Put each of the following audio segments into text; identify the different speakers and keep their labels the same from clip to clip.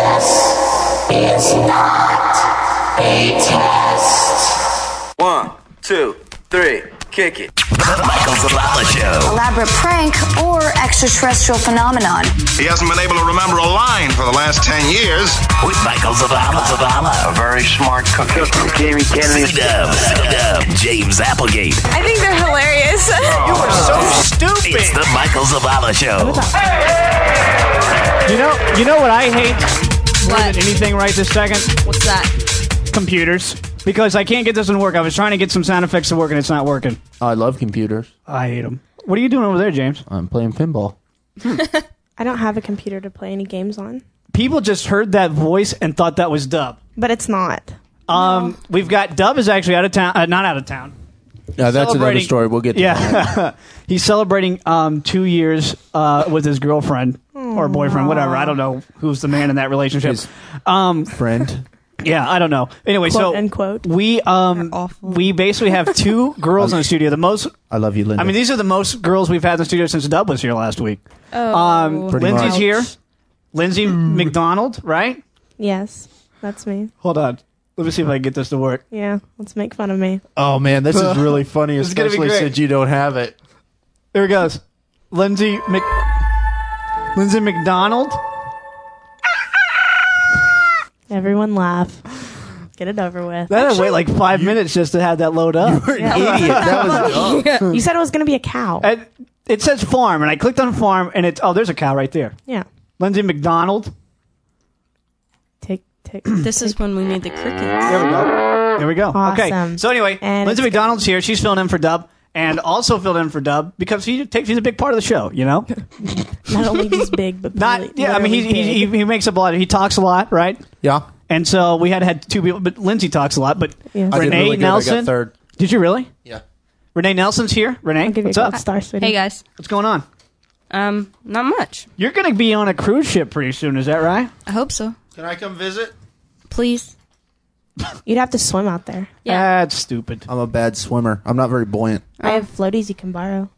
Speaker 1: This is not a test.
Speaker 2: One, two, three, kick it.
Speaker 3: The Michael Zavala Show.
Speaker 4: Elaborate prank or extraterrestrial phenomenon.
Speaker 5: He hasn't been able to remember a line for the last 10 years.
Speaker 3: With Michael Zavala.
Speaker 6: A
Speaker 3: Zavala.
Speaker 6: very smart cookie.
Speaker 3: Jamie Kennedy. C-Dub. C-Dub. James Applegate.
Speaker 7: I think they're hilarious.
Speaker 8: you are so stupid.
Speaker 3: It's the Michael Zavala Show.
Speaker 8: You know, you know what I hate more
Speaker 7: What?
Speaker 8: than anything right this second?
Speaker 7: What's that?
Speaker 8: Computers. Because I can't get this one to work. I was trying to get some sound effects to work and it's not working.
Speaker 9: I love computers.
Speaker 8: I hate them. What are you doing over there, James?
Speaker 9: I'm playing pinball.
Speaker 10: I don't have a computer to play any games on,
Speaker 8: People just heard that voice and thought that was Dub.
Speaker 10: but it's not.
Speaker 8: Um, We've got Dub is actually out of town. Uh, not out of town.
Speaker 9: No, that's another
Speaker 8: Celebrating-
Speaker 9: story. We'll get to that.
Speaker 8: Yeah. He's celebrating um, two years uh, with his girlfriend or boyfriend, whatever. I don't know who's the man in that relationship. Um,
Speaker 9: His- friend.
Speaker 8: Yeah, I don't know. Anyway, so
Speaker 10: Quote, unquote.
Speaker 8: we um
Speaker 7: awful.
Speaker 8: we basically have two girls in the studio. The most
Speaker 9: I love you, Linda.
Speaker 8: I mean, these are the most girls we've had in the studio since Dub was here last week. Oh, um,
Speaker 9: Pretty
Speaker 8: Lindsay's
Speaker 9: much.
Speaker 8: here. Lindsay McDonald, right?
Speaker 10: Yes, that's me.
Speaker 8: Hold on. Let me see if I can get this to work.
Speaker 10: Yeah, let's make fun of me.
Speaker 9: oh man, this is really funny,
Speaker 8: is gonna be
Speaker 9: especially
Speaker 8: great.
Speaker 9: since you don't have it.
Speaker 8: There it goes. Lindsay Mc Lindsay McDonald.
Speaker 10: Everyone laugh. Get it over with.
Speaker 8: That had to wait like five minutes just to have that load up.
Speaker 9: Idiot. That was
Speaker 10: You said it was going to be a cow.
Speaker 8: And it says farm, and I clicked on farm, and it's oh, there's a cow right there.
Speaker 10: yeah.
Speaker 8: Lindsay McDonald.
Speaker 10: Tick, tick.
Speaker 7: This is when we made the crickets.
Speaker 8: There we go. There we go. Okay.
Speaker 10: Awesome.
Speaker 8: So anyway,
Speaker 10: And
Speaker 8: Lindsay
Speaker 10: it's-
Speaker 8: McDonald's here. She's filling in for Dub, and also filled in for Dub because he takes she's a big part of the show. You know,
Speaker 10: Not only he's big, but
Speaker 8: not
Speaker 10: really-
Speaker 8: yeah. I mean, he,
Speaker 10: literally
Speaker 8: he he
Speaker 10: big.
Speaker 8: he makes up a lot. He talks a lot, right?
Speaker 9: yeah.
Speaker 8: And so we had had two people, but Lindsay talks a lot. But
Speaker 10: Yeah.
Speaker 9: I did
Speaker 8: Renee
Speaker 9: really good.
Speaker 8: Nelson.
Speaker 9: I got third.
Speaker 8: Did you really?
Speaker 9: Yeah.
Speaker 8: Renee Nelson's here. Renee,
Speaker 10: I'll give you a
Speaker 8: what's
Speaker 10: gold
Speaker 8: up?
Speaker 10: star, sweetie.
Speaker 7: Hey guys,
Speaker 8: What's going on?
Speaker 7: um, not much.
Speaker 8: You're going to be on a cruise ship pretty soon. Is that right?
Speaker 7: I hope so.
Speaker 9: Can I come visit?
Speaker 7: Please. Uh,
Speaker 10: You'd have to swim out there.
Speaker 7: Yeah.
Speaker 8: That's stupid.
Speaker 9: I'm a bad swimmer. I'm not very buoyant.
Speaker 10: I have floaties you can borrow.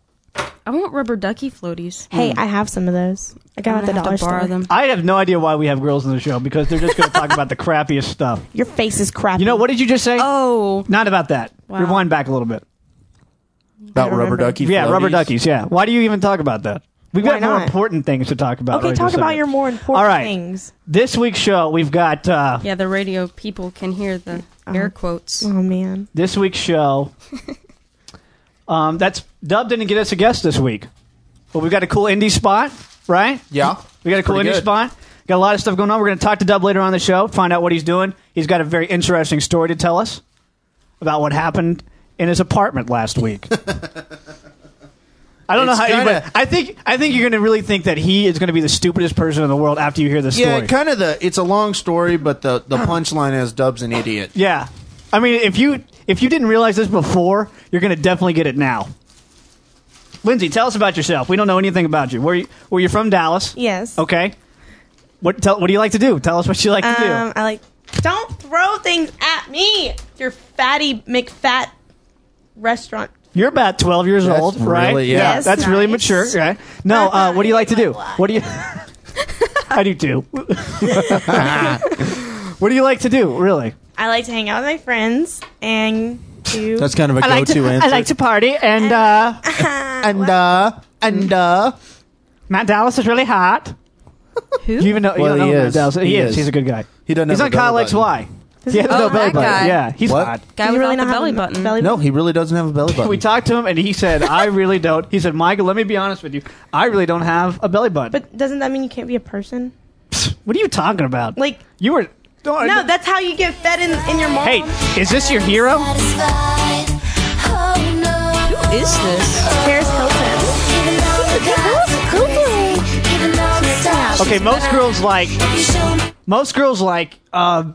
Speaker 7: I want rubber ducky floaties.
Speaker 10: Hey,
Speaker 8: Hmm.
Speaker 10: I have some of those. I got
Speaker 7: I'm
Speaker 10: them at the
Speaker 7: gonna
Speaker 10: dollar
Speaker 7: have to borrow
Speaker 10: store.
Speaker 7: them.
Speaker 8: I have no idea why we have girls on the show because they're just going to talk about the crappiest stuff.
Speaker 10: Your face is crap.
Speaker 8: You know, what did you just say?
Speaker 7: Oh,
Speaker 8: Not about that.
Speaker 7: Wow.
Speaker 8: Rewind back a little bit.
Speaker 9: About rubber
Speaker 10: remember.
Speaker 9: ducky.
Speaker 8: Yeah,
Speaker 9: floaties.
Speaker 8: rubber duckies. Yeah. Why do you even talk about that? We've
Speaker 10: Why
Speaker 8: got more
Speaker 10: not?
Speaker 8: important things to talk about.
Speaker 10: Okay,
Speaker 8: right
Speaker 10: talk
Speaker 8: this
Speaker 10: about
Speaker 8: second.
Speaker 10: your more important
Speaker 8: All right.
Speaker 10: things.
Speaker 8: This week's show, we've got uh,
Speaker 7: yeah. The radio people can hear the air quotes.
Speaker 10: Oh man.
Speaker 8: this week's show. um, that's Dub didn't get us a guest this week, but we've got a cool indie spot, right?
Speaker 9: Yeah.
Speaker 8: We got a cool
Speaker 9: Pretty
Speaker 8: indie
Speaker 9: good.
Speaker 8: spot. Got a lot of stuff going on. We're going to talk to Dub later on the show, find out what he's doing. He's got a very interesting story to tell us about what happened in his apartment last week. I don't
Speaker 9: It's
Speaker 8: know how you, but
Speaker 9: kinda-
Speaker 8: I think I think you're going to really think that he is going to be the stupidest person in the world after you hear this
Speaker 9: Yeah,
Speaker 8: story.
Speaker 9: kind of the. It's a long story, but the the punchline is Dub's an idiot.
Speaker 8: yeah. I mean, if you if you didn't realize this before, you're going to definitely get it now. Lindsay, tell us about yourself. We don't know anything about you. Where you, where you from? Dallas.
Speaker 10: Yes.
Speaker 8: Okay. What tell, What do you like to do? Tell us what you like to do.
Speaker 10: Um, I like. Don't throw things at me. Your fatty McFat restaurant.
Speaker 8: You're about 12 years
Speaker 9: That's
Speaker 8: old, right?
Speaker 9: really- yeah. Yes,
Speaker 8: that's really
Speaker 10: nice.
Speaker 8: mature, right? No, uh, what do you like to do? What do you? I do too. what do you like to do, really?
Speaker 10: I like to hang out with my friends and do.
Speaker 9: That's kind of a go-to answer.
Speaker 8: to party, and uh,
Speaker 9: and uh, and uh,
Speaker 8: Matt Dallas is really hot. Who? You even know? you
Speaker 9: Well,
Speaker 8: don't
Speaker 9: he
Speaker 8: know Matt
Speaker 9: is.
Speaker 8: Dallas. He,
Speaker 9: He
Speaker 8: is.
Speaker 9: is.
Speaker 8: He's a good guy.
Speaker 9: He doesn't
Speaker 8: He's
Speaker 9: have
Speaker 8: on
Speaker 9: a belly
Speaker 8: Kyle X
Speaker 9: button.
Speaker 8: Y. He has
Speaker 7: Oh,
Speaker 8: no belly
Speaker 7: that
Speaker 8: button.
Speaker 7: guy.
Speaker 8: Yeah, he's
Speaker 9: What?
Speaker 8: hot.
Speaker 7: Guy
Speaker 10: Do you
Speaker 7: without
Speaker 10: really
Speaker 7: the
Speaker 10: not have
Speaker 7: belly
Speaker 10: a
Speaker 7: button.
Speaker 10: belly
Speaker 9: no, he really doesn't have a belly button.
Speaker 8: We talked to him, and he said, "I really don't." He said, "Michael, let me be honest with you. I really don't have a belly button."
Speaker 10: But doesn't that mean you can't be a person?
Speaker 8: what are you talking about?
Speaker 10: Like-
Speaker 8: you were. No,
Speaker 10: No, that's how you get fed in, in your mom.
Speaker 8: Hey, is this your hero?
Speaker 1: Satisfied. Oh no.
Speaker 7: Who is this?
Speaker 10: Paris Hilton.
Speaker 1: Even though the guys are creepy, even though the stars-
Speaker 8: Okay, most girls like
Speaker 1: If you show me
Speaker 8: most girls like uh,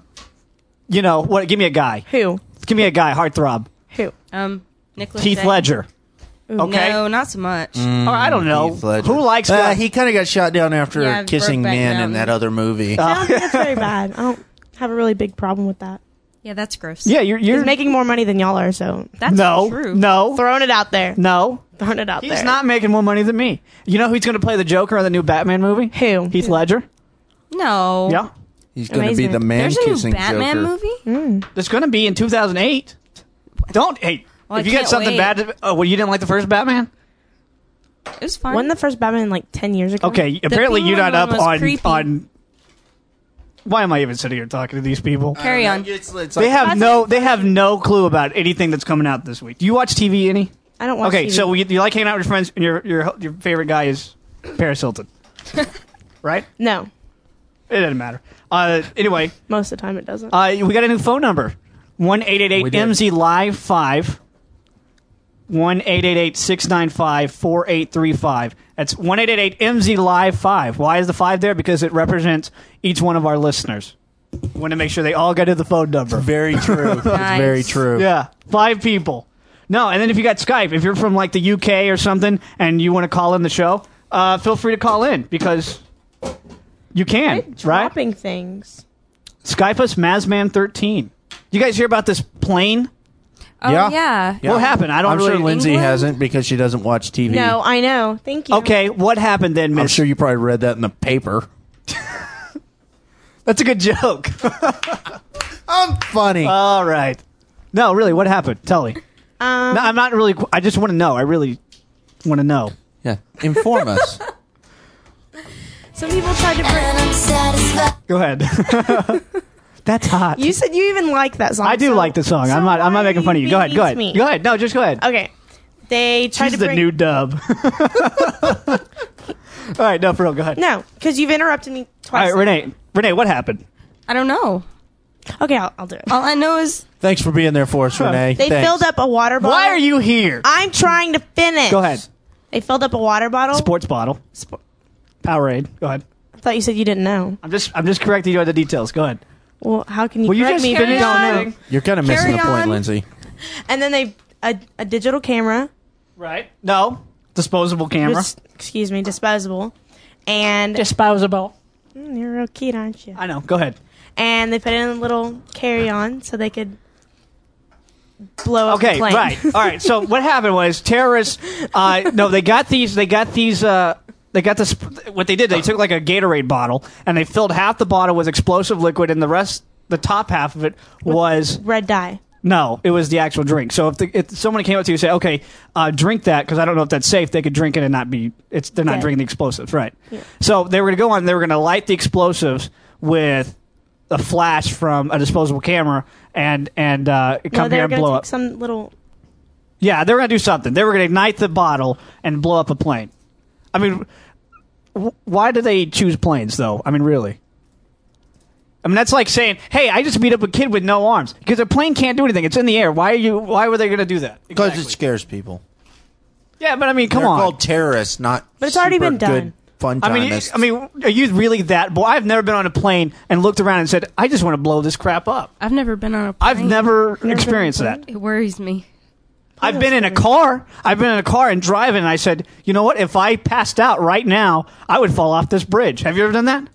Speaker 8: you know what? Give me a guy.
Speaker 10: Who?
Speaker 8: Give me a guy. Heartthrob.
Speaker 10: Who?
Speaker 7: Um, Nicholas.
Speaker 8: Heath Ledger. Okay. Mm.
Speaker 7: No, not so much.
Speaker 8: Or I don't know.
Speaker 9: Heath Ledger.
Speaker 8: Who likes?
Speaker 9: Uh, he kind of got shot down after
Speaker 7: Yeah,
Speaker 9: kissing
Speaker 7: Brokeback
Speaker 9: Nan in
Speaker 7: Mountain.
Speaker 9: that other movie.
Speaker 10: I
Speaker 7: Oh.
Speaker 10: don't think that's very bad. I don't have a really big problem with that.
Speaker 7: Yeah, that's gross.
Speaker 8: yeah, you're you're
Speaker 10: He's making more money than y'all are, so
Speaker 7: that's
Speaker 8: no,
Speaker 7: true.
Speaker 8: no,
Speaker 10: throwing it out there.
Speaker 8: no.
Speaker 10: Throwing it out
Speaker 8: He's
Speaker 10: there.
Speaker 8: not making more money than me. You know who's going to play the Joker in the new Batman movie?
Speaker 10: Who?
Speaker 8: Heath Ledger.
Speaker 7: No.
Speaker 8: Yeah,
Speaker 9: He's going to be
Speaker 10: Amazing.
Speaker 9: the man
Speaker 7: There's a new
Speaker 9: kissing
Speaker 7: Batman
Speaker 9: Joker.
Speaker 7: movie.
Speaker 8: that's going to be in 2008. Don't hey.
Speaker 7: Well, I
Speaker 8: if you got
Speaker 7: can't
Speaker 8: something
Speaker 7: wait.
Speaker 8: bad, to, oh well, you didn't like the first Batman.
Speaker 7: It was fun.
Speaker 10: When the first Batman like ten years ago.
Speaker 8: Okay, apparently
Speaker 7: Penguin
Speaker 8: you're not
Speaker 7: one
Speaker 8: up
Speaker 7: was
Speaker 8: on
Speaker 7: creepy.
Speaker 8: on. Why am I even sitting here talking to these people?
Speaker 7: carry on.
Speaker 9: It's, it's
Speaker 8: They
Speaker 9: like-
Speaker 8: have no they have no clue about anything that's coming out this week. Do you watch TV any?
Speaker 10: I don't watch.
Speaker 8: okay,
Speaker 10: TV.
Speaker 8: so you, you like hanging out with your friends, and your your your favorite guy is Paris Hilton, right?
Speaker 10: no,
Speaker 8: It doesn't matter. Uh, anyway,
Speaker 10: most of the time it doesn't.
Speaker 8: uh, we got a new phone number: one eight eight eight
Speaker 9: We did.
Speaker 8: MZ Live five. One eight eight eight six nine five four eight three five. That's one eight eight eight MZ Live five. Why is the five there? Because it represents each one of our listeners. Want to make sure they all go to the phone number.
Speaker 9: Very true. It's
Speaker 7: Nice.
Speaker 9: very true.
Speaker 8: Yeah, five people. No, and then if you got Skype, if you're from like the UK or something, and you want to call in the show, uh, feel free to call in because you can, right?
Speaker 10: dropping things.
Speaker 8: Skype us, Mazman13. You guys hear about this plane?
Speaker 7: Oh
Speaker 9: Yeah.
Speaker 7: yeah.
Speaker 8: What happened? I don't
Speaker 9: I'm
Speaker 8: really.
Speaker 9: sure Lindsay
Speaker 7: England?
Speaker 9: hasn't because she doesn't watch TV.
Speaker 10: No, I know. Thank you.
Speaker 8: okay, what happened then,
Speaker 9: I'm
Speaker 8: Miss?
Speaker 9: sure you probably read that in the paper.
Speaker 8: That's a good joke.
Speaker 9: I'm funny.
Speaker 8: All right. No, really, what happened? Tell me.
Speaker 10: Um,
Speaker 8: no, I'm not really. I just want to know. I really want to know.
Speaker 9: yeah. Inform us.
Speaker 10: Some people tried to bring.
Speaker 1: And I'm satisfied.
Speaker 8: Go ahead. That's hot.
Speaker 10: You said you even like that song.
Speaker 8: I do
Speaker 10: so-
Speaker 8: like the song.
Speaker 10: so
Speaker 8: I'm not. I'm not
Speaker 10: why
Speaker 8: making fun of you. Go ahead. Go
Speaker 10: beat
Speaker 8: ahead.
Speaker 10: me?
Speaker 8: Go ahead. No, just go ahead.
Speaker 10: Okay. They tried
Speaker 8: She's
Speaker 10: to
Speaker 8: the
Speaker 10: bring.
Speaker 8: new dub. All right, no, for real. Go ahead.
Speaker 10: no, because you've interrupted me
Speaker 8: All
Speaker 10: twice.
Speaker 8: right, Renee. Renee, what happened?
Speaker 7: I don't know.
Speaker 10: Okay, I'll, I'll do it.
Speaker 7: All I know is
Speaker 9: Thanks for being there for us, Renee.
Speaker 10: They
Speaker 9: Thanks.
Speaker 10: filled up a water bottle.
Speaker 8: Why are you here?
Speaker 10: I'm trying to finish.
Speaker 8: Go ahead.
Speaker 10: They filled up a water bottle.
Speaker 8: Sports bottle.
Speaker 10: Spo-
Speaker 8: Powerade. Go ahead.
Speaker 10: I thought you said you didn't know.
Speaker 8: I'm just. I'm just correcting you on the details. Go ahead.
Speaker 10: Well, how can you
Speaker 8: Will you
Speaker 10: correct
Speaker 8: just
Speaker 10: me? if
Speaker 8: finish
Speaker 10: you don't
Speaker 8: the
Speaker 10: know?
Speaker 8: thing?
Speaker 9: You're kind of missing
Speaker 7: Carry
Speaker 9: the point,
Speaker 7: on.
Speaker 9: Lindsay.
Speaker 10: And then they a, a digital camera.
Speaker 8: Right. No. Disposable camera.
Speaker 10: dis- excuse me, disposable. And
Speaker 8: Disposable.
Speaker 10: Mm, you're real cute, aren't you?
Speaker 8: I know. Go ahead.
Speaker 10: And they put it in a little carry-on so they could blow up
Speaker 8: Okay.
Speaker 10: the plane.
Speaker 8: Right. All right. So what happened was terrorists. Uh, no, they got these. They got these. Uh, they got this. What they did, they took like a Gatorade bottle and they filled half the bottle with explosive liquid, and the rest, the top half of it, was
Speaker 10: Red dye.
Speaker 8: No, it was the actual drink. So if, the, if someone came up to you and said, "Okay, uh, drink that," because I don't know if that's safe, they could drink it and not be. It's they're not
Speaker 10: Dead.
Speaker 8: drinking the explosives, right? So they were going to go on. They were going to light the explosives with a flash from a disposable camera and and uh,
Speaker 10: No,
Speaker 8: come
Speaker 10: they
Speaker 8: here
Speaker 10: were
Speaker 8: and
Speaker 10: going to
Speaker 8: blow
Speaker 10: take
Speaker 8: up.
Speaker 10: some little.
Speaker 8: yeah, they were going to do something. They were going to ignite the bottle and blow up a plane. I mean, w- why do they choose planes though? I mean, really. I mean that's like saying, "Hey, I just beat up a kid with no arms because a plane can't do anything. It's in the air. Why are you? Why were they going to do that?"
Speaker 9: Because
Speaker 8: Exactly.
Speaker 9: it scares people.
Speaker 8: Yeah, but I mean, come
Speaker 9: They're
Speaker 8: on.
Speaker 9: called terrorists, not.
Speaker 10: But it's already
Speaker 9: super
Speaker 10: been done.
Speaker 9: Good fun
Speaker 8: I mean,
Speaker 9: timists.
Speaker 8: I mean, are you really that boy? I've never been on a plane and looked around and said, "I just want to blow this crap up."
Speaker 7: I've never been on a plane.
Speaker 8: I've never experienced
Speaker 10: on a
Speaker 8: that.
Speaker 7: It worries me.
Speaker 8: I've been in a car. I've been in a car and driving, and I said, "You know what? If I passed out right now, I would fall off this bridge." Have you ever done that?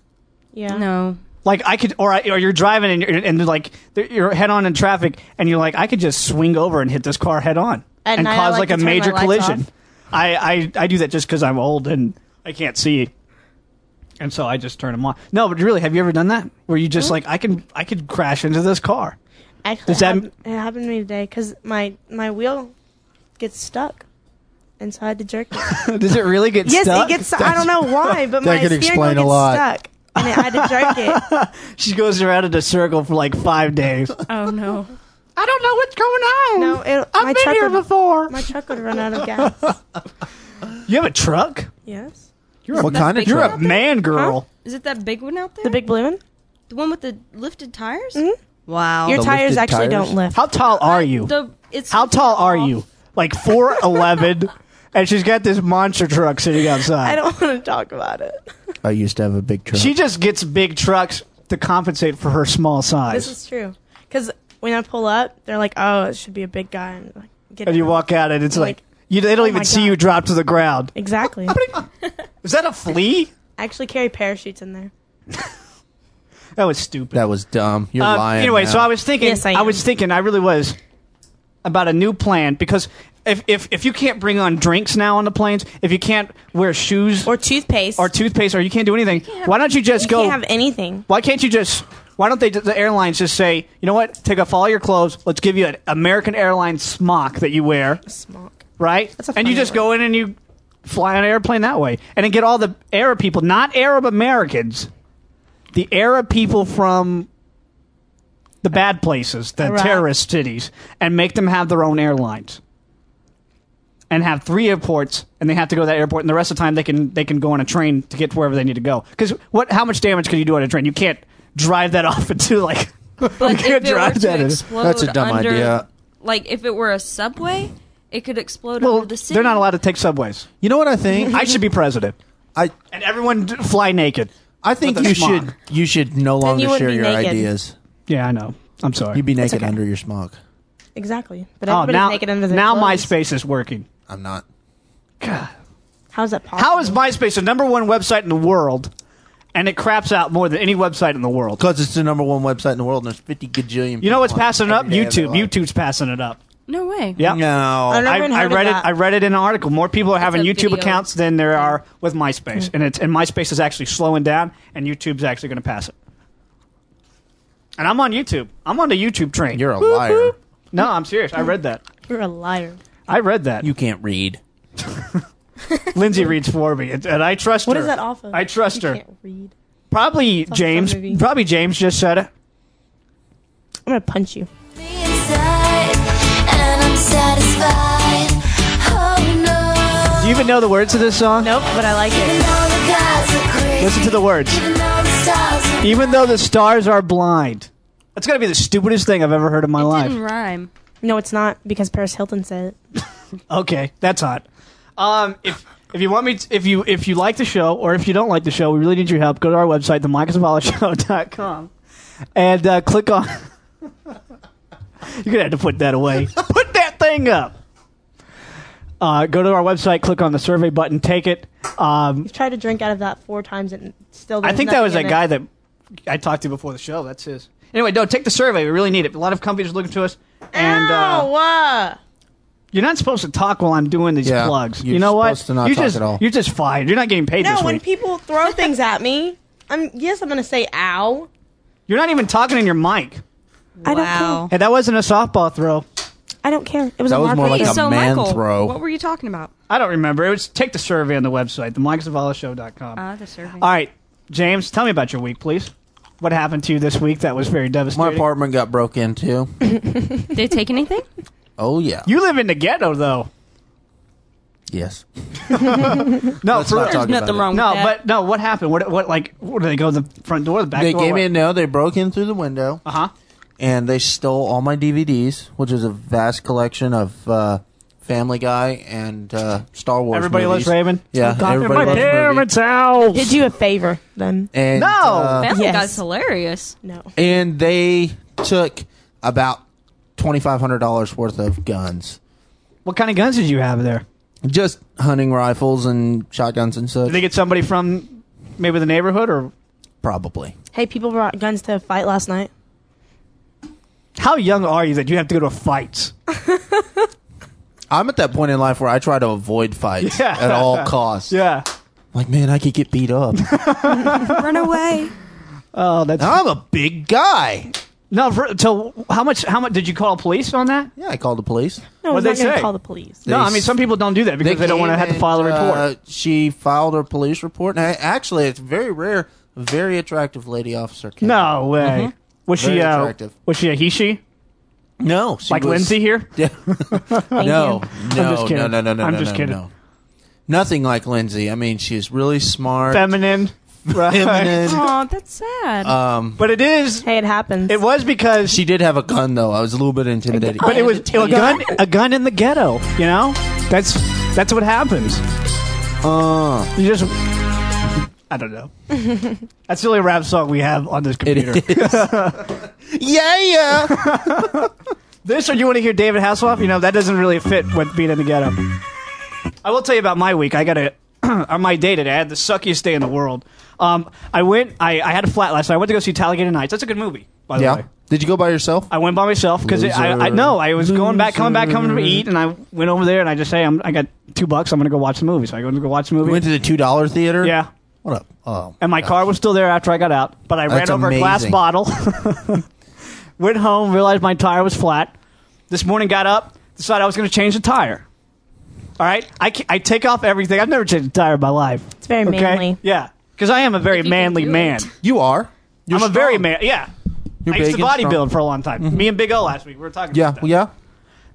Speaker 10: Yeah.
Speaker 7: No.
Speaker 8: Like I could, or, I, or you're driving and you're, and like you're head on in traffic, and you're like, I could just swing over and hit this car head on
Speaker 10: At
Speaker 8: and
Speaker 10: night, I
Speaker 8: cause
Speaker 10: like
Speaker 8: like,
Speaker 10: to
Speaker 8: a
Speaker 10: turn my
Speaker 8: major
Speaker 10: lights
Speaker 8: collision.
Speaker 10: off.
Speaker 8: I, I I do that just because I'm old and I can't see, and so I just turn them on. No, but really, have you ever done that? Where you
Speaker 10: Mm.
Speaker 8: just like I can I could crash into this car.
Speaker 10: Actually,
Speaker 8: Does that-
Speaker 10: it, hap- it happened to me today because my my wheel gets stuck, and so I had to jerk it.
Speaker 8: Does it really get
Speaker 10: yes,
Speaker 8: stuck?
Speaker 10: it gets. I don't know why, but
Speaker 9: That
Speaker 10: my
Speaker 9: could
Speaker 10: steering wheel
Speaker 9: explain a
Speaker 10: gets
Speaker 9: lot.
Speaker 10: stuck, and I had to jerk it.
Speaker 8: She goes around in a circle for like five days.
Speaker 7: Oh no.
Speaker 8: I don't know what's going on.
Speaker 10: No, it,
Speaker 8: I've
Speaker 10: my
Speaker 8: been
Speaker 10: truck
Speaker 8: here
Speaker 10: would-
Speaker 8: before.
Speaker 10: My truck would run out of gas.
Speaker 8: You have a truck?
Speaker 10: Yes.
Speaker 9: you're what kind of
Speaker 7: You're
Speaker 8: You're
Speaker 9: truck?
Speaker 8: a man, girl.
Speaker 7: Is it that big one out there?
Speaker 10: The big Hmm? blue one.
Speaker 7: the one with the lifted tires? Wow.
Speaker 10: Your
Speaker 9: The
Speaker 10: tires
Speaker 9: lifted
Speaker 10: actually
Speaker 9: tires?
Speaker 10: don't lift.
Speaker 8: How tall are you?
Speaker 7: The, it's
Speaker 8: How tall are you? Like four eleven, and she's got this monster truck sitting outside.
Speaker 10: I don't want to talk about it.
Speaker 9: I used to have a big truck.
Speaker 8: she just gets big trucks to compensate for her small size.
Speaker 10: This is true. Because when I pull up, they're like, "Oh, it should be a big guy." I'm like, get
Speaker 8: and
Speaker 10: it
Speaker 8: you
Speaker 10: out.
Speaker 8: walk out, and it's like,
Speaker 10: Like, oh
Speaker 8: you, they don't even
Speaker 10: my
Speaker 8: see
Speaker 10: God.
Speaker 8: you drop to the ground.
Speaker 10: Exactly.
Speaker 8: Is that a flea?
Speaker 10: I actually carry parachutes in there.
Speaker 8: That was stupid.
Speaker 9: that was dumb. You're
Speaker 8: Um,
Speaker 9: lying.
Speaker 8: anyway,
Speaker 9: now.
Speaker 8: so I was thinking.
Speaker 10: Yes, I
Speaker 8: I, was
Speaker 10: am.
Speaker 8: thinking. I really was. about a new plan because if, if if you can't bring on drinks now on the planes, if you can't wear shoes or,
Speaker 10: or toothpaste
Speaker 8: toothpaste or you can't do anything,
Speaker 10: can't have-
Speaker 8: why don't you just
Speaker 10: you
Speaker 8: go?
Speaker 10: can't have anything.
Speaker 8: why can't you just? Why don't they the airlines just say, you know what? Take off all your clothes. Let's give you an American Airlines smock that you wear,
Speaker 10: Smock.
Speaker 8: right?
Speaker 10: That's a
Speaker 8: and you
Speaker 10: funny
Speaker 8: just
Speaker 10: word.
Speaker 8: go in and you fly on an airplane that way, and then get all the Arab people, not Arab Americans, the Arab people from the bad places, the
Speaker 10: Iraq.
Speaker 8: terrorist cities, and make them have their own airlines. And have three airports, and they have to go to that airport, and the rest of the time they can they can go on a train to get to wherever they need to go. Because what? How much damage can you do on a train? You can't drive that off into like.
Speaker 7: But
Speaker 8: you
Speaker 7: if it
Speaker 8: can't
Speaker 7: were
Speaker 8: drive
Speaker 7: to
Speaker 8: that. in.
Speaker 7: explode
Speaker 9: That's a dumb
Speaker 7: under,
Speaker 9: idea.
Speaker 7: Like if it were a subway, it could explode
Speaker 8: Well,
Speaker 7: under the city.
Speaker 8: they're not allowed to take subways.
Speaker 9: You know what I think?
Speaker 8: I should be president,
Speaker 9: I
Speaker 8: and everyone d- fly naked.
Speaker 9: I think
Speaker 8: With a
Speaker 9: you
Speaker 8: smock.
Speaker 9: should you should no
Speaker 10: you
Speaker 9: longer
Speaker 10: wouldn't
Speaker 9: share
Speaker 10: be
Speaker 9: your
Speaker 10: naked.
Speaker 9: ideas.
Speaker 8: Yeah, I know. I'm sorry.
Speaker 9: You'd be naked
Speaker 10: okay.
Speaker 9: under your smock.
Speaker 10: Exactly. But
Speaker 8: oh,
Speaker 10: everybody's
Speaker 8: now
Speaker 10: naked under their
Speaker 8: now
Speaker 10: clothes.
Speaker 8: MySpace is working.
Speaker 9: I'm not.
Speaker 8: God.
Speaker 10: How's that possible?
Speaker 8: How is MySpace the number one website in the world, and it craps out more than any website in the world?
Speaker 9: Because it's the number one website in the world, and there's 50 gajillion.
Speaker 8: You know what's
Speaker 9: people on
Speaker 8: passing it
Speaker 9: every
Speaker 8: up?
Speaker 9: day
Speaker 8: YouTube.
Speaker 9: of their life.
Speaker 8: YouTube's passing it up.
Speaker 7: No way.
Speaker 8: Yeah.
Speaker 9: No.
Speaker 10: I don't-
Speaker 8: I,
Speaker 10: Never
Speaker 8: I
Speaker 10: heard of
Speaker 8: read it.
Speaker 10: that.
Speaker 8: I read it in an article. More people are having
Speaker 7: a
Speaker 8: YouTube
Speaker 7: video.
Speaker 8: accounts than there are with
Speaker 10: Hmm.
Speaker 8: MySpace, and it's and MySpace is actually slowing down, and YouTube's actually going to pass it. And I'm on YouTube. I'm on the YouTube train.
Speaker 9: You're a liar.
Speaker 8: no, I'm serious. I read that.
Speaker 10: You're a liar.
Speaker 8: I read that.
Speaker 9: You can't read.
Speaker 8: Lindsay reads for me, and, and I trust
Speaker 10: What
Speaker 8: her.
Speaker 10: is that off of?
Speaker 8: I trust
Speaker 10: You
Speaker 8: her.
Speaker 10: can't read.
Speaker 8: Probably
Speaker 10: off some
Speaker 8: James.
Speaker 10: movie.
Speaker 8: Probably James just said it.
Speaker 10: I'm gonna punch you.
Speaker 1: inside, and I'm satisfied. Oh no.
Speaker 8: Do you even know the words to this song?
Speaker 10: Nope, but I like it.
Speaker 1: Even though the gods are crazy,
Speaker 8: Listen to the words.
Speaker 1: even though the stars are
Speaker 8: Even though the stars are blind. That's got to be the stupidest thing I've ever heard in my
Speaker 7: It
Speaker 8: life.
Speaker 7: didn't rhyme.
Speaker 10: No, it's not because Paris Hilton said it.
Speaker 8: Okay, that's hot. Um, if if you want me, to, if you if you like the show or if you don't like the show, we really need your help. Go to our website, themikeisavallashow.com, and uh, click on. You're gonna have to put that away. put that thing up. Uh, go to our website, click on the survey button, take it. Um,
Speaker 10: You've tried to drink out of that four times and still.
Speaker 8: I
Speaker 10: there's
Speaker 8: think that
Speaker 10: nothing
Speaker 8: was
Speaker 10: in
Speaker 8: that
Speaker 10: it.
Speaker 8: guy that I talked to before the show. That's his. Anyway, no, take the survey. We really need it. A lot of companies are looking to us, and uh,
Speaker 10: Ow, uh,
Speaker 8: You're not supposed to talk while I'm doing these
Speaker 9: Yeah,
Speaker 8: plugs.
Speaker 9: you're
Speaker 8: you know what?
Speaker 9: supposed to not
Speaker 8: you're
Speaker 9: talk
Speaker 8: just
Speaker 9: at all.
Speaker 8: you're just fired. You're not getting paid
Speaker 10: no,
Speaker 8: this
Speaker 10: when
Speaker 8: week.
Speaker 10: people throw things at me, I'm yes, I'm gonna say ow.
Speaker 8: you're not even talking in your mic.
Speaker 10: I don't
Speaker 7: Wow.
Speaker 8: Hey,
Speaker 10: care.
Speaker 8: that wasn't a softball throw.
Speaker 10: I don't care. It was
Speaker 9: That
Speaker 10: a
Speaker 9: was
Speaker 10: hard
Speaker 9: more like
Speaker 10: place.
Speaker 9: a
Speaker 7: so
Speaker 9: man
Speaker 7: Michael,
Speaker 9: throw.
Speaker 7: what were you talking about?
Speaker 8: I don't remember. It was take the survey on the website, themikesavallashow.com.
Speaker 7: Uh, the survey.
Speaker 8: all right, James, tell me about your week, please. What happened to you this week that was very
Speaker 9: My
Speaker 8: devastating?
Speaker 9: apartment got broke into.
Speaker 7: Did they take anything?
Speaker 9: Oh, yeah.
Speaker 8: You live in the ghetto, though.
Speaker 9: yes.
Speaker 8: No,
Speaker 9: Let's
Speaker 8: for-
Speaker 9: not talk about
Speaker 7: nothing
Speaker 9: it.
Speaker 7: wrong
Speaker 8: no,
Speaker 7: with that.
Speaker 8: but no. What happened? What? What? Like, what, did they go to the front door, the back
Speaker 9: They
Speaker 8: door?
Speaker 9: came in, no, they broke in through the window.
Speaker 8: Uh huh.
Speaker 9: and they stole all my DVDs, which is a vast collection of uh, Family Guy and uh, Star Wars.
Speaker 8: Everybody loves
Speaker 9: movies.
Speaker 8: Raven.
Speaker 9: Yeah, everybody
Speaker 8: my
Speaker 9: loves
Speaker 8: parents'
Speaker 9: movies.
Speaker 8: house.
Speaker 10: Did you a favor then?
Speaker 9: And,
Speaker 8: No!
Speaker 9: uh,
Speaker 7: Family
Speaker 10: yes.
Speaker 7: Guy's hilarious.
Speaker 10: No.
Speaker 9: and they took about twenty five hundred dollars worth of guns,
Speaker 8: What kind of guns did you have there?
Speaker 9: just hunting rifles and shotguns and such.
Speaker 8: Did they get somebody from maybe the neighborhood or
Speaker 9: Probably.
Speaker 10: Hey, people brought guns to a fight last night.
Speaker 8: How young are you that you have to go to a fight?
Speaker 9: I'm at that point in life where I try to avoid fights
Speaker 8: Yeah.
Speaker 9: at all costs.
Speaker 8: Yeah.
Speaker 9: Like, man, I could get beat up.
Speaker 7: Run away.
Speaker 8: Oh, that's
Speaker 9: I'm a big guy.
Speaker 8: no. For, so how much? How much did you call police on that?
Speaker 9: Yeah, I called the police.
Speaker 10: No,
Speaker 8: What'd
Speaker 10: we're not
Speaker 8: they
Speaker 10: gonna
Speaker 8: say?
Speaker 10: call the police.
Speaker 8: no,
Speaker 9: They
Speaker 8: I mean some people don't do that because they, don't want to
Speaker 9: came
Speaker 8: have to
Speaker 9: and,
Speaker 8: file a report.
Speaker 9: uh, she filed her police report, and I, actually, it's very rare. A very attractive lady officer. Came.
Speaker 8: no way. Was she?
Speaker 9: Mm-hmm. Very
Speaker 8: Uh,
Speaker 9: attractive.
Speaker 8: was she a he? She
Speaker 9: no, she
Speaker 8: like
Speaker 9: was-
Speaker 8: Lindsay here?
Speaker 9: Yeah. no,
Speaker 8: I'm
Speaker 9: no,
Speaker 8: just
Speaker 9: no,
Speaker 8: kidding.
Speaker 9: no, no, no.
Speaker 8: I'm
Speaker 9: no,
Speaker 8: just
Speaker 9: no,
Speaker 8: kidding.
Speaker 9: No. Nothing like Lindsay. I mean, she's really smart,
Speaker 8: Feminine. Right.
Speaker 9: feminine.
Speaker 7: Aw, that's sad.
Speaker 9: um,
Speaker 8: But it is.
Speaker 10: Hey, it happens.
Speaker 8: It was because
Speaker 9: she did have a gun, though. I was a little bit intimidated.
Speaker 8: But it was a
Speaker 9: Yeah.
Speaker 8: gun. A gun in the ghetto. You know. That's that's what happens.
Speaker 9: Uh,
Speaker 8: You just. I don't know. That's the only rap song we have on this
Speaker 9: it
Speaker 8: computer.
Speaker 9: is. yeah, yeah.
Speaker 8: This or you want to hear David Hasselhoff? You know that doesn't really fit with being in the ghetto. I will tell you about my week. I got a on my day today. I had the suckiest day in the world. Um, I went. I, I had a flat last night. I went to go see Talladega Nights. That's a good movie. by the
Speaker 9: Yeah.
Speaker 8: way.
Speaker 9: Did you go by yourself?
Speaker 8: I went by myself because I, I
Speaker 9: Loser.
Speaker 8: no, I was going back, coming back, coming to eat, and I went over there and I just say I'm, I got two bucks. I'm gonna go watch the movie. So I go to go watch the movie.
Speaker 9: You went to the two dollar theater.
Speaker 8: yeah, Uh,
Speaker 9: What up? Oh,
Speaker 8: and my car was still there after I got out, but I
Speaker 9: That's
Speaker 8: ran over a glass
Speaker 9: amazing.
Speaker 8: bottle. went home, realized my tire was flat. This morning, got up, decided I was gonna change the tire. All right, I, ca- I take off everything. I've never changed a tire in my life. It's
Speaker 10: very manly.
Speaker 8: Yeah, because I am a very
Speaker 7: you can
Speaker 8: manly
Speaker 7: do
Speaker 8: man.
Speaker 7: it.
Speaker 9: you are. You're
Speaker 8: I'm a
Speaker 9: strong.
Speaker 8: very man. Yeah,
Speaker 9: You're
Speaker 8: I used to
Speaker 9: big and strong. Mm-hmm.
Speaker 8: bodybuild for a long time. Me and Big O last week we were talking.
Speaker 9: Yeah,
Speaker 8: about that.
Speaker 9: yeah.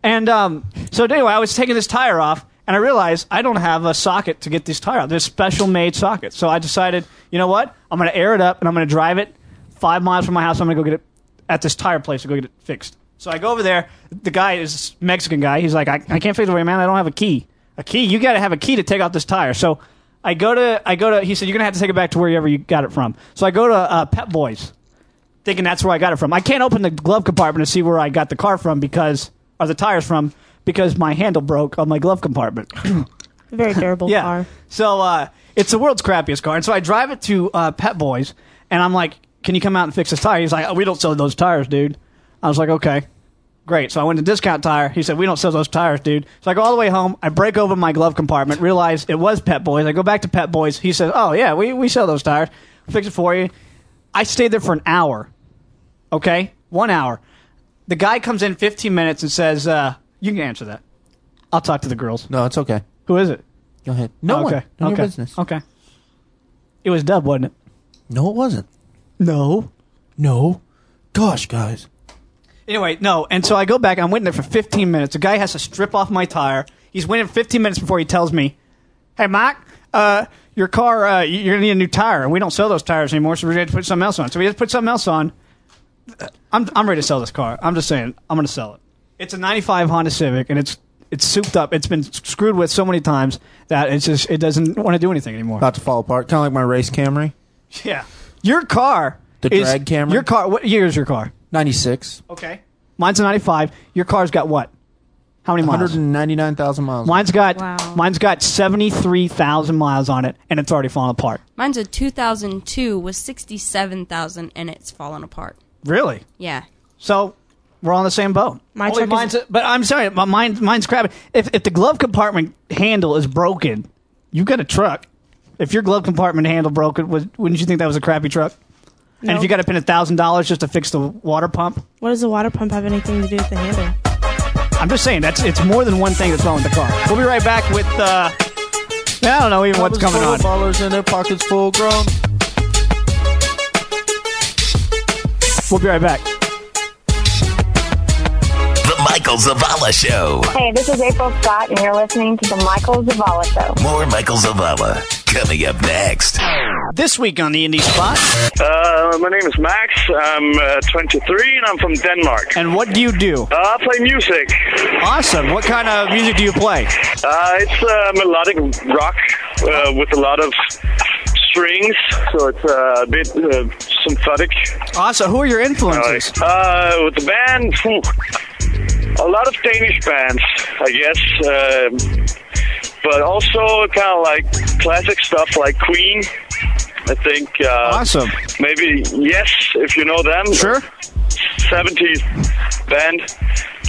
Speaker 8: And um, so anyway, I was taking this tire off, and I realized I don't have a socket to get this tire out. There's special made socket. So I decided, you know what? I'm going to air it up, and I'm going to drive it five miles from my house. I'm going to go get it at this tire place to go get it fixed. So I go over there. The guy is this Mexican guy. He's like, I, I can't fix it, for you, man. I don't have a key. A key? You got to have a key to take out this tire. So I go to, I go to. He said, you're going to have to take it back to wherever you got it from. So I go to uh, Pet Boys thinking that's where I got it from. I can't open the glove compartment to see where I got the car from because or the tires from because my handle broke on my glove compartment.
Speaker 10: Very durable
Speaker 8: yeah.
Speaker 10: car.
Speaker 8: So uh, it's the world's crappiest car, and so I drive it to uh, Pet Boys, and I'm like, "Can you come out and fix this tire?" He's like, oh, "We don't sell those tires, dude." I was like, "Okay." Great. So I went to Discount Tire. He said, We don't sell those tires, dude. So I go all the way home. I break open my glove compartment, realize it was Pet Boys. I go back to Pet Boys. He says, Oh, yeah, we, we sell those tires. Fix it for you. I stayed there for an hour. Okay? One hour. The guy comes in 15 minutes and says, uh, You can answer that. I'll talk to the girls.
Speaker 9: No, it's okay.
Speaker 8: Who is it?
Speaker 9: Go ahead. No
Speaker 8: okay.
Speaker 9: one. None of
Speaker 8: okay.
Speaker 9: your business.
Speaker 8: Okay. It was Dub, wasn't it?
Speaker 9: No, it wasn't.
Speaker 8: No.
Speaker 9: No. Gosh, guys.
Speaker 8: Anyway, no. And so I go back. I'm waiting there for 15 minutes. The guy has to strip off my tire. He's waiting 15 minutes before he tells me, "Hey, Mike, uh, your car, uh, you're gonna need a new tire. We don't sell those tires anymore, so we're gonna have to put something else on." So we just put something else on. I'm I'm ready to sell this car. I'm just saying, I'm gonna sell it. It's a '95 Honda Civic, and it's it's souped up. It's been screwed with so many times that it's just it doesn't want to do anything anymore.
Speaker 9: About to fall apart. Kind of like my race Camry.
Speaker 8: Yeah. Your car.
Speaker 9: The
Speaker 8: is-
Speaker 9: drag camera?
Speaker 8: Your car. What year is your car?
Speaker 9: Ninety six.
Speaker 8: Okay. Mine's a 95. Your car's got what? How many
Speaker 9: One hundred
Speaker 8: miles?
Speaker 9: and ninety nine thousand miles.
Speaker 8: Mine's got
Speaker 7: Wow.
Speaker 8: mine's got 73,000 miles on it and it's already fallen apart.
Speaker 7: Mine's a 2002 with 67,000 and it's fallen apart.
Speaker 8: Really?
Speaker 7: Yeah.
Speaker 8: So we're on the same boat.
Speaker 10: My
Speaker 8: Only
Speaker 10: truck is-
Speaker 8: mine's but I'm sorry, my mine, mine's crappy. If if the glove compartment handle is broken, you got a truck. If your glove compartment handle broken, would, wouldn't you think that was a crappy truck? And if
Speaker 10: No.
Speaker 8: you got to pin thousand dollars just to fix the water pump,
Speaker 10: What does the water pump have anything to do with the handle?
Speaker 8: I'm just saying that's it's more than one thing that's wrong with the car. We'll be right back with uh I don't know even what's coming on.
Speaker 9: Ballers in their pockets full grown.
Speaker 8: We'll be right back.
Speaker 3: The Michael Zavala Show.
Speaker 6: Hey, this is April Scott, and you're listening to the Michael Zavala Show.
Speaker 3: More Michael Zavala coming up next.
Speaker 8: This week on the Indie Spot.
Speaker 2: Uh, my name is Max. I'm uh, 23 and I'm from Denmark.
Speaker 8: And what do you do?
Speaker 2: Uh, I play music.
Speaker 8: Awesome. What kind of music do you play?
Speaker 2: Uh, it's uh, melodic rock uh, with a lot of strings, so it's uh, a bit uh, symphatic.
Speaker 8: Awesome. Who are your influences?
Speaker 2: Uh, with the band, phew, a lot of Danish bands, I guess, uh, but also kind of like classic stuff like Queen. I think uh,
Speaker 8: Awesome.
Speaker 2: maybe yes, if you know them.
Speaker 8: Sure.
Speaker 2: 70s band,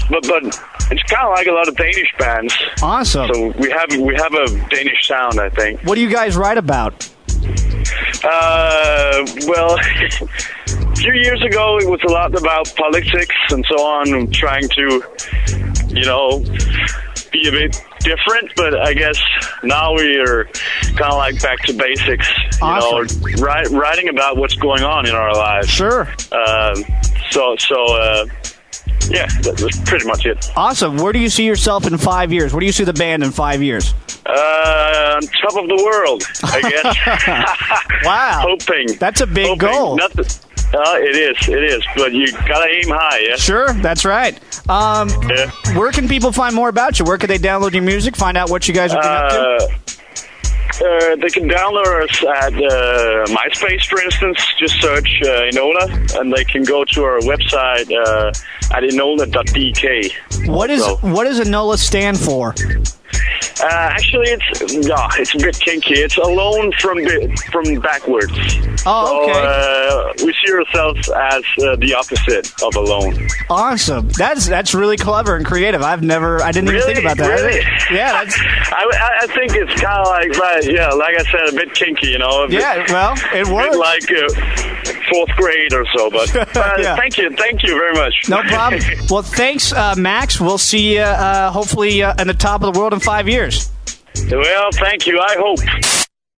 Speaker 2: but but it's kind of like a lot of Danish bands.
Speaker 8: Awesome.
Speaker 2: So we have we have a Danish sound, I think.
Speaker 8: What do you guys write about?
Speaker 2: Uh, well, a few years ago it was a lot about politics and so on, and trying to, you know, be a bit different. But I guess now we are kind of like back to basics, you
Speaker 8: Awesome.
Speaker 2: know, ri- writing about what's going on in our lives.
Speaker 8: Sure.
Speaker 2: Um, so so uh, yeah, that was pretty much it.
Speaker 8: Awesome. Where do you see yourself in five years? Where do you see the band in five years?
Speaker 2: Uh, on top of the world, I guess.
Speaker 8: Wow.
Speaker 2: Hoping.
Speaker 8: That's a big
Speaker 2: Hoping.
Speaker 8: goal.
Speaker 2: Not the- uh, it is, it is. But you gotta aim high, yeah?
Speaker 8: Sure, that's right. Um,
Speaker 2: Yeah. Uh,
Speaker 8: where can people find more about you? Where can they download your music? Find out what you guys are doing up to?
Speaker 2: Uh, uh, they can download us at uh, MySpace, for instance. Just search uh, Enola, and they can go to our website uh, at enola.dk.
Speaker 8: What is
Speaker 2: so-
Speaker 8: what does Enola stand for?
Speaker 2: Uh, actually, it's no, it's a bit kinky. It's alone from the, from backwards.
Speaker 8: Oh, okay.
Speaker 2: So, uh, we see ourselves as uh, the opposite of alone.
Speaker 8: Awesome. That's that's really clever and creative. I've never, I didn't even
Speaker 2: Really?
Speaker 8: think about that.
Speaker 2: Really?
Speaker 8: Yeah, that's,
Speaker 2: I, I- I think it's kind of like, right, yeah, like I said, a bit kinky, you know. a bit-
Speaker 8: yeah. Well, it
Speaker 2: a
Speaker 8: works.
Speaker 2: bit like uh, fourth grade or so. But uh,
Speaker 8: Yeah.
Speaker 2: thank you, thank you very much.
Speaker 8: No problem. Well, thanks, uh, Max. We'll see you uh, hopefully uh, in the top of the world in five years.
Speaker 2: well, thank you. I hope.